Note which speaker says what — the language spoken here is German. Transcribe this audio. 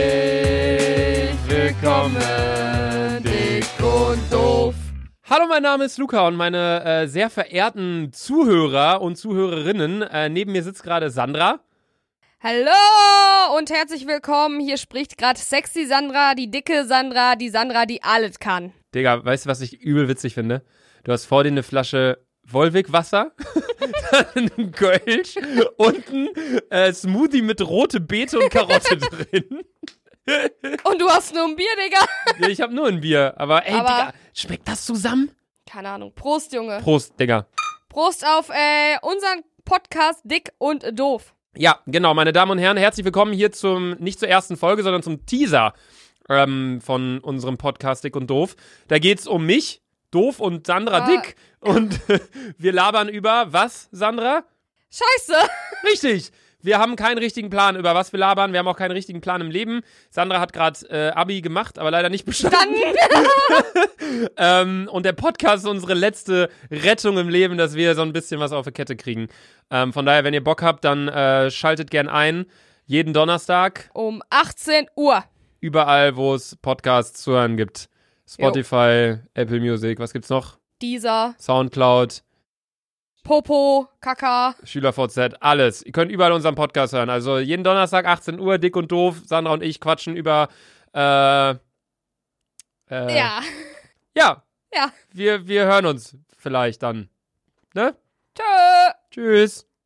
Speaker 1: Herzlich willkommen, dick und doof.
Speaker 2: Hallo, mein Name ist Luca und meine äh, sehr verehrten Zuhörer und Zuhörerinnen. Äh, neben mir sitzt gerade Sandra.
Speaker 3: Hallo und herzlich willkommen. Hier spricht gerade sexy Sandra, die dicke Sandra, die Sandra, die alles kann.
Speaker 2: Digga, weißt du, was ich übel witzig finde? Du hast vor dir eine Flasche Wolwig-Wasser, dann ein Kölsch, unten äh, Smoothie mit rote Beete und Karotte drin.
Speaker 3: Und du hast nur ein Bier, Digga.
Speaker 2: Ja, Ich habe nur ein Bier, aber ey,
Speaker 3: Aber-
Speaker 2: Digga, schmeckt das zusammen?
Speaker 3: Keine Ahnung. Prost, Junge.
Speaker 2: Prost, Digga.
Speaker 3: Prost auf äh, unseren Podcast Dick und Doof.
Speaker 2: Ja, genau, meine Damen und Herren, herzlich willkommen hier zum, nicht zur ersten Folge, sondern zum Teaser ähm, von unserem Podcast Dick und Doof. Da geht's um mich, Doof und Sandra
Speaker 3: Ah.
Speaker 2: Dick. Und wir labern über was, Sandra?
Speaker 3: Scheiße.
Speaker 2: Richtig! Wir haben keinen richtigen Plan, über was wir labern. Wir haben auch keinen richtigen Plan im Leben. Sandra hat gerade äh, Abi gemacht, aber leider nicht bestanden.
Speaker 3: Dann
Speaker 2: Ähm, und der Podcast ist unsere letzte Rettung im Leben, dass wir so ein bisschen was auf die Kette kriegen. Ähm, von daher, wenn ihr Bock habt, dann äh, schaltet gern ein. Jeden Donnerstag.
Speaker 3: um 18 Uhr.
Speaker 2: überall, wo es Podcasts zu hören gibt. Spotify, Apple Music, was gibt's noch?
Speaker 3: Dieser
Speaker 2: Soundcloud,
Speaker 3: Popo, Kaka.
Speaker 2: SchülerVZ, alles. Ihr könnt überall unseren Podcast hören. Also jeden Donnerstag 18 Uhr, dick und doof. Sandra und ich quatschen über. Äh, äh,
Speaker 3: Ja.
Speaker 2: Ja.
Speaker 3: Ja.
Speaker 2: Wir, wir hören uns vielleicht dann. Ne?
Speaker 3: Tschö.
Speaker 2: Tschüss.